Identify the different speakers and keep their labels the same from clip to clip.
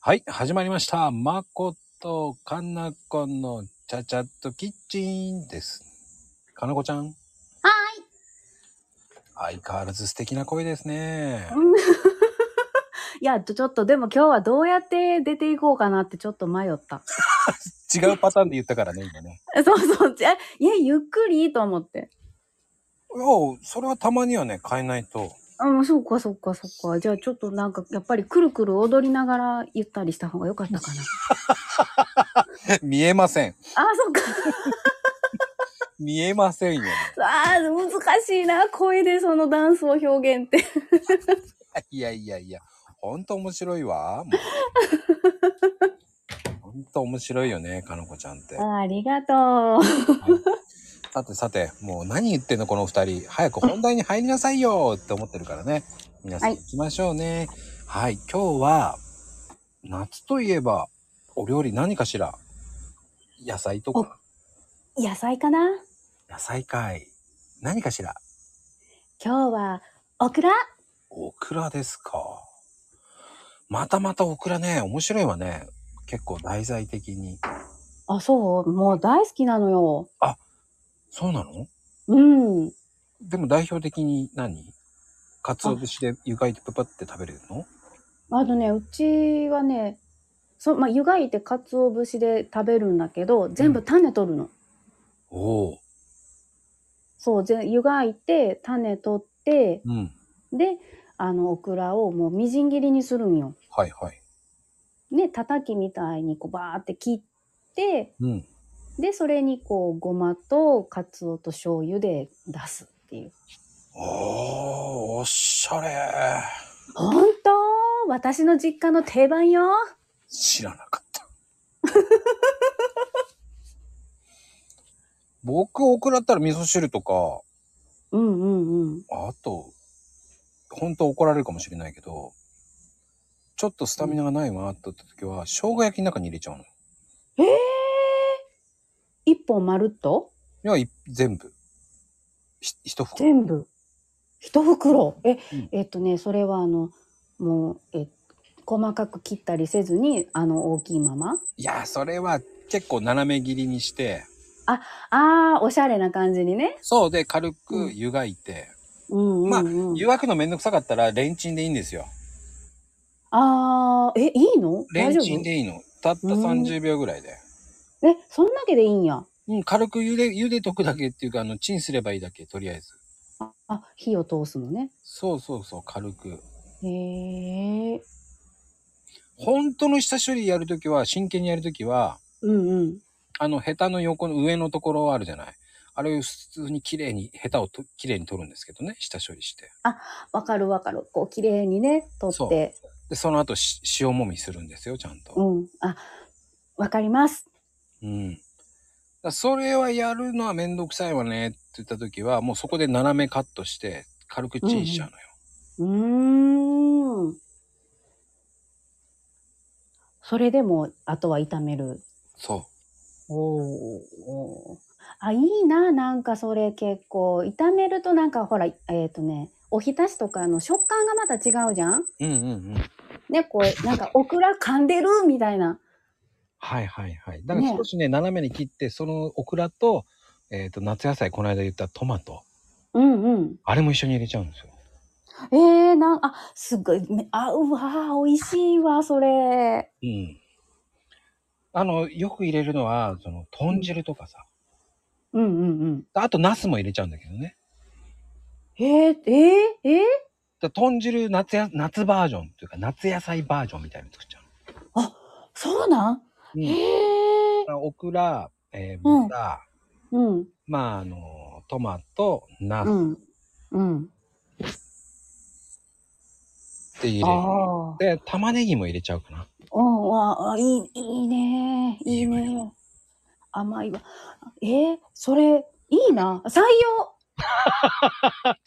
Speaker 1: はい、始まりました。まことかなこのちゃちゃっとキッチンです。かなこちゃん、
Speaker 2: は
Speaker 1: 相変わらず素敵な声ですね。
Speaker 2: ーい。うん いや、ちょちょっとでも今日はどうやって出ていこうかなってちょっと迷った。
Speaker 1: 違うパターンで言ったからね、今ね。
Speaker 2: そうそう。じゃいや、ゆっくりと思って。
Speaker 1: いや、それはたまにはね、変えない と。
Speaker 2: うん、そうかそうかそうか。じゃあちょっとなんかやっぱりくるくる踊りながら言ったりした方が良かった かな。
Speaker 1: 見えません。
Speaker 2: あ、そうか。
Speaker 1: 見えませんよ、ね。
Speaker 2: あー、難しいな。声でそのダンスを表現って。
Speaker 1: いやいやいや、ほんと面白いわ。 もうほんと面白いよね、かのこちゃんって
Speaker 2: あ。ーありがとう。
Speaker 1: さてさて、もう何言ってんのこの二人。早く本題に入りなさいよって思ってるからね。皆さん
Speaker 2: はい
Speaker 1: 行きましょうね。はい、今日は、夏といえば、お料理何かしら野菜とか、
Speaker 2: 野菜かな
Speaker 1: 野菜かい。何かしら
Speaker 2: 今日はオクラ
Speaker 1: オクラですか。またまたオクラね、面白いわね。結構題材的に。
Speaker 2: あ、そうもう大好きなのよ。
Speaker 1: そうなの
Speaker 2: うん。
Speaker 1: でも代表的に何かつお節で湯がいてパパって食べれるの
Speaker 2: あとね、うちはね、そまあ、湯がいて鰹節で食べるんだけど、全部種取るの。
Speaker 1: おお。
Speaker 2: そう、ぜ湯がいて、種取って、
Speaker 1: うん。
Speaker 2: で、あの、オクラをもうみじん切りにするんよ。
Speaker 1: はいはい。
Speaker 2: ね、叩きみたいにこうバーって切って、
Speaker 1: うん。
Speaker 2: で、それにこう、ごまと鰹と醤油で出すっていう。
Speaker 1: おー、おしゃれ
Speaker 2: ほんと私の実家の定番よ。
Speaker 1: 知らなかった。 僕、オクラったら味噌汁とか、
Speaker 2: うんうんうん。
Speaker 1: あと、本当怒られるかもしれないけど、ちょっとスタミナがないわって言った時は、生姜焼きの中に入れちゃうの。い
Speaker 2: ええー、一本まるっと
Speaker 1: や、い全部。ひ一袋。
Speaker 2: 全部一袋え、
Speaker 1: うん
Speaker 2: えっとねそれはあのもうえ細かく切ったりせずにあの大きいまま
Speaker 1: いや、それは結構斜め切りにして、
Speaker 2: あーおしゃれな感じにね
Speaker 1: そうで軽く
Speaker 2: うん
Speaker 1: 湯がいて、
Speaker 2: うんうん、うん
Speaker 1: 湯がくのめんどくさかったらレンチンでいいんですよ。
Speaker 2: ああーえいいの
Speaker 1: レ
Speaker 2: 大
Speaker 1: ン
Speaker 2: 丈
Speaker 1: チン
Speaker 2: 夫
Speaker 1: でいいの。たった
Speaker 2: うん
Speaker 1: 30秒ぐらいで。
Speaker 2: えそんだけでいいんや
Speaker 1: うん、軽く茹で、茹でとくだけっていうか、あの、チンすればいいだけ、とりあえず。
Speaker 2: ああ火を通すのね
Speaker 1: そうそうそう、軽く。
Speaker 2: へえ
Speaker 1: 本当の下処理やるときは、真剣にやるときは、
Speaker 2: うんうん
Speaker 1: あの、ヘタの横の上のところあるじゃない。あれを普通に綺麗に、ヘタをと綺麗に取るんですけどね、下処理して。
Speaker 2: わかるわかるこう綺麗にね取
Speaker 1: そ
Speaker 2: っ
Speaker 1: う
Speaker 2: て
Speaker 1: で、その後し、塩もみするんですよ、ちゃん
Speaker 2: う
Speaker 1: と。
Speaker 2: んあわかります
Speaker 1: うん。だからそれはやるのはめんどくさいわねって言ったときは、もうそこで斜めカットして、軽くチンしちゃうのよ。
Speaker 2: うーんそれでもあとは炒める
Speaker 1: そう。
Speaker 2: おーおーあいいななんかそれ結構炒めるとなんかほらえっ、とねおひたしとかの食感がまた違うじゃん
Speaker 1: うんうんうん。
Speaker 2: ねこうなんかオクラ噛んでるみたいな
Speaker 1: はいはいはい。だから
Speaker 2: ね
Speaker 1: 少しね、斜めに切って、そのオクラと、えっ、と、夏野菜、この間言ったトマト、
Speaker 2: うんうん
Speaker 1: あれも一緒に入れちゃうんですよ。
Speaker 2: えー、なんあすごいめあうわー美味しいわそれ
Speaker 1: うん。あの、よく入れるのは、その、豚汁とかさ。
Speaker 2: うんうんうん
Speaker 1: あと、茄子も入れちゃうんだけどね。
Speaker 2: えー、えー、えー、
Speaker 1: だから豚汁夏や、夏バージョンっていうか、夏野菜バージョンみたいに作っちゃう
Speaker 2: そうなん
Speaker 1: の。
Speaker 2: へ
Speaker 1: うん。
Speaker 2: え
Speaker 1: オクラ、えー、
Speaker 2: うん
Speaker 1: 豚、
Speaker 2: うん
Speaker 1: まあ、あの、トマト、ナ
Speaker 2: う
Speaker 1: ス
Speaker 2: んうん
Speaker 1: って入れ
Speaker 2: あ
Speaker 1: る。
Speaker 2: あ
Speaker 1: で、玉ねぎも入れちゃうかな。
Speaker 2: うん、わあ、いい、いいね。いい
Speaker 1: いいわ
Speaker 2: ね。甘いわ。えーそれ、いいな。採用。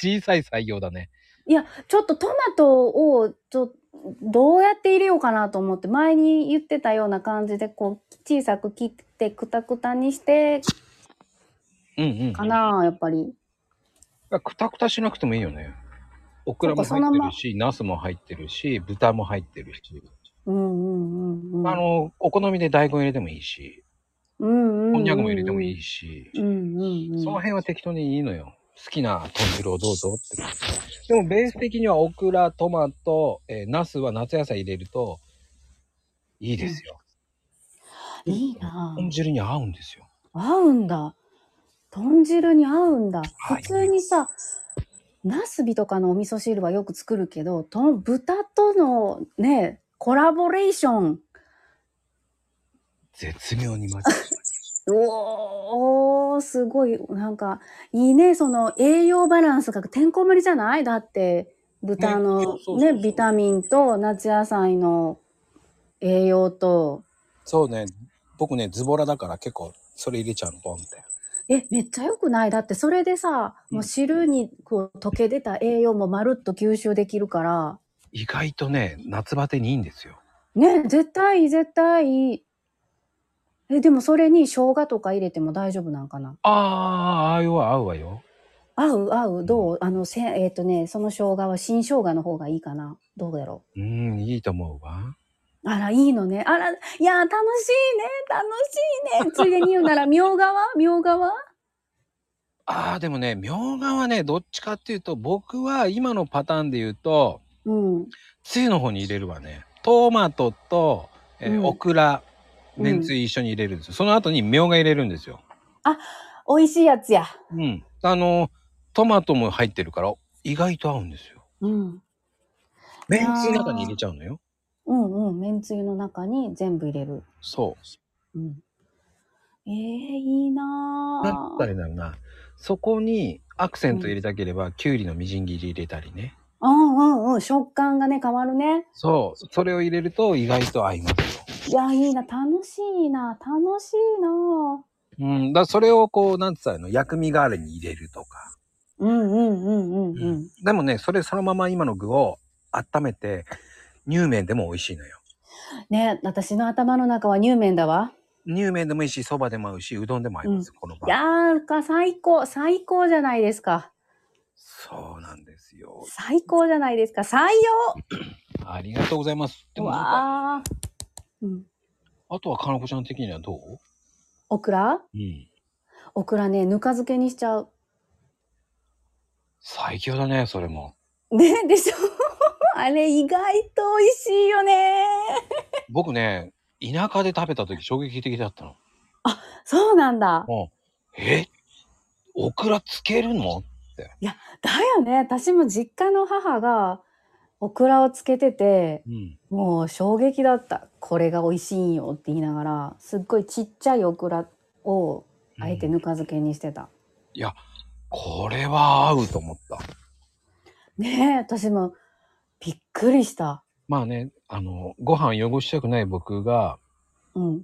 Speaker 1: 小さい採用だね。
Speaker 2: いや、ちょっとトマトを、ちょどうやって入れようかなと思って、前に言ってたような感じで、こう、小さく切って、くたくたにして、
Speaker 1: うんうん。
Speaker 2: かな、やっぱり。
Speaker 1: くたくたしなくてもいいよね。オクラも入
Speaker 2: そっかその
Speaker 1: って
Speaker 2: ま
Speaker 1: るし、ナスも入ってるし、豚も入ってるし。
Speaker 2: うんうんうんうん。
Speaker 1: あ、の、お好みで大根入れてもいいし、
Speaker 2: うんうん。
Speaker 1: こんにゃくも入れてもい
Speaker 2: い。
Speaker 1: いし、
Speaker 2: うんうんうん。
Speaker 1: その辺は適当にいいのよ。好きな豚汁をどうぞって。でもベース的にはオクラ、トマト、えー、ナスは夏野菜入れるといいですよ。
Speaker 2: いいなぁ
Speaker 1: 豚汁に合うんですよ。
Speaker 2: 合うんだ。豚汁に合うんだ。
Speaker 1: は
Speaker 2: 普
Speaker 1: い
Speaker 2: 通にさ、ナスビとかのお味噌汁はよく作るけど、と豚とのね、コラボレーション。
Speaker 1: 絶妙にマッチ。
Speaker 2: おー、すごい、なんか、いいね、その栄養バランスがてんこ盛りじゃないだって、豚
Speaker 1: ねそ
Speaker 2: の
Speaker 1: うそうそうそう
Speaker 2: ね、ビタミンと夏野菜の栄養と、
Speaker 1: そうね。僕ね、ズボラだから結構それ入れちゃうの、ポンって。
Speaker 2: え、めっちゃ良くないだってそれでさ、
Speaker 1: うん
Speaker 2: もう汁にこう溶け出た栄養もまるっと吸収できるから、
Speaker 1: 意外とね、夏バテにいいんですよ。
Speaker 2: ね、絶対いい、絶対いい。え、でもそれに生姜とか入れても大丈夫なんかな
Speaker 1: あー、ああ、合うわ、合うわよ。
Speaker 2: 合う合うどうあのせえっ、とねその生姜は新生姜の方がいいかなどうやろ
Speaker 1: うーん、いいと思うわ。
Speaker 2: うあらいいのねあらいやー楽しいね楽しいね ついでに言うならみょうがはみょうがは
Speaker 1: ああ、でもね、みょうがはね、どっちかっていうと、僕は今のパターンで言うと、
Speaker 2: うん
Speaker 1: つゆの方に入れるわね。トマトと、えー
Speaker 2: うん
Speaker 1: オクラ、
Speaker 2: うん
Speaker 1: めんつゆ一緒に入れるんですよ。その後にみょうが入れるんですよ。
Speaker 2: 美味しいやつや
Speaker 1: うん。あの、トマトも入ってるから、意外と合うんですよ。
Speaker 2: うん
Speaker 1: めんつゆの中に入れちゃうのよ。
Speaker 2: うんうんめんつゆの中に全部入れる
Speaker 1: そう。
Speaker 2: うんえー、いいな
Speaker 1: なんつったら
Speaker 2: ー
Speaker 1: いいんだろうな。そこにアクセント入れたければ、きゅうりのみじん切り入れたりね。
Speaker 2: うんうんうん食感がね変わるね
Speaker 1: そう。それを入れると意外と合いますよ。
Speaker 2: いやいいな楽しいな楽しいなー
Speaker 1: うん。だそれをこう、なんつったらいいの薬味代わりに入れるとか。
Speaker 2: うんうんうんうんう
Speaker 1: うんでもね、それそのまま今の具を温めて、乳麺でも美味しいのよ。
Speaker 2: ね私の頭の中は乳麺だわ。
Speaker 1: 乳麺でもいいし、そばでも合うし、うどんでも合います、この
Speaker 2: い
Speaker 1: 場合。
Speaker 2: やーか最高最高じゃないですか
Speaker 1: そうなんですよ。
Speaker 2: 最高じゃないですか採用
Speaker 1: ありがとうございます。でもなんか、
Speaker 2: わー、うん、
Speaker 1: あとはかなこちゃん的にはどう
Speaker 2: オクラ
Speaker 1: うん。
Speaker 2: オクラねぬか漬けにしちゃう
Speaker 1: 最強だね、それも。
Speaker 2: ねでしょ あれ意外と美味しいよね
Speaker 1: 僕ね、田舎で食べた時衝撃的だったの。
Speaker 2: そうなんだ
Speaker 1: もう、えオクラつけるの
Speaker 2: だよね私も実家の母がオクラをつけてて
Speaker 1: うん。
Speaker 2: もう衝撃だったこれが美味しいんよって言いながらすっごいちっちゃいオクラをあえて
Speaker 1: うん
Speaker 2: ぬか漬けにしてた、
Speaker 1: いや、これは合うと思った。
Speaker 2: ねえ私もびっくりした。
Speaker 1: まあね、あの、ご飯汚したくない僕が、
Speaker 2: うん、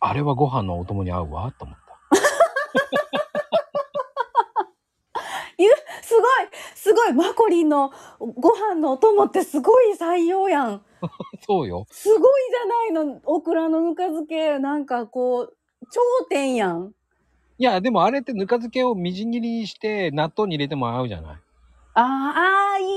Speaker 1: あれはご飯のお供に合うわ、と思った。
Speaker 2: すごいすごいマコリンのご飯のお供ってすごい採用やん
Speaker 1: そうよ。
Speaker 2: すごいじゃないのオクラのぬか漬けなんかこう頂点やん
Speaker 1: いや、でもあれってぬか漬けをみじん切りにして納豆に入れても合うじゃない
Speaker 2: あーあーいいね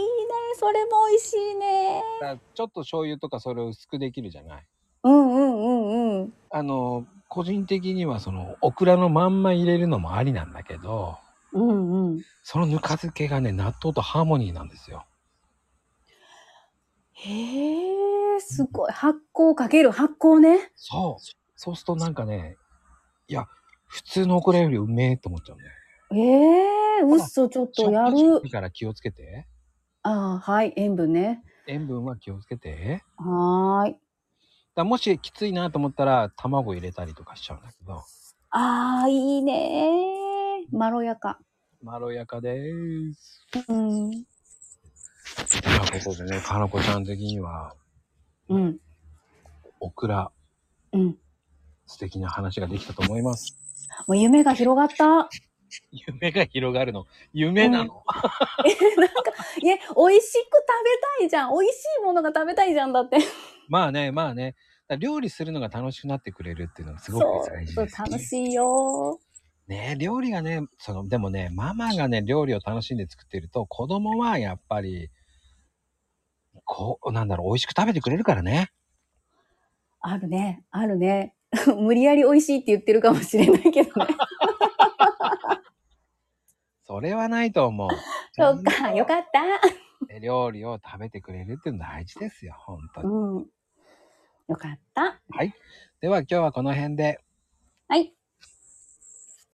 Speaker 2: それも美味しいね
Speaker 1: だからちょっと醤油とかそれを薄くできるじゃない
Speaker 2: うんうんうんうん
Speaker 1: あの、個人的にはそのオクラのまんま入れるのもありなんだけど、
Speaker 2: うんうん
Speaker 1: そのぬか漬けがね、納豆とハーモニーなんですよ。
Speaker 2: へえすごい発酵かける発酵ね
Speaker 1: そう。そうするとなんかね、いや、普通のオクラよりうめえと思っちゃうんだよね。
Speaker 2: ええー、うっそちょっとや
Speaker 1: 食
Speaker 2: る
Speaker 1: 事から気をつけて。
Speaker 2: ああはい塩分ね
Speaker 1: 塩分は気をつけて。
Speaker 2: はーい
Speaker 1: だからもしきついなと思ったら卵入れたりとかしちゃうんだけど、
Speaker 2: ああ、いいねー。まろやか。
Speaker 1: まろやかです。
Speaker 2: うん。
Speaker 1: ということでね、かなこちゃん的には、
Speaker 2: うん。
Speaker 1: オクラ、
Speaker 2: うん。も
Speaker 1: 素敵な話ができたと思います。
Speaker 2: う夢が広がった。
Speaker 1: 夢が広がるの。夢なの、
Speaker 2: いえ、美味しく食べたいじゃん。美味しいものが食べたいじゃんだって。
Speaker 1: まあね、まあね。だから料理するのが楽しくなってくれるっていうのがすごく大事
Speaker 2: そう
Speaker 1: です、
Speaker 2: そう
Speaker 1: ね。
Speaker 2: 楽しいよ
Speaker 1: ね料理がね、その、でもね、ママがね、料理を楽しんで作ってると、子供はやっぱり、こう、なんだろう、美味しく食べてくれるからね。
Speaker 2: ー。あるね、あるね。 無理やり美味しいって言ってるかもしれないけどね。
Speaker 1: それはないと思う。
Speaker 2: そっか、よかった。
Speaker 1: ね料理を食べてくれるっていうの大事ですよ、本当に。
Speaker 2: うん。よかった。
Speaker 1: では今日はこの辺で。
Speaker 2: はい。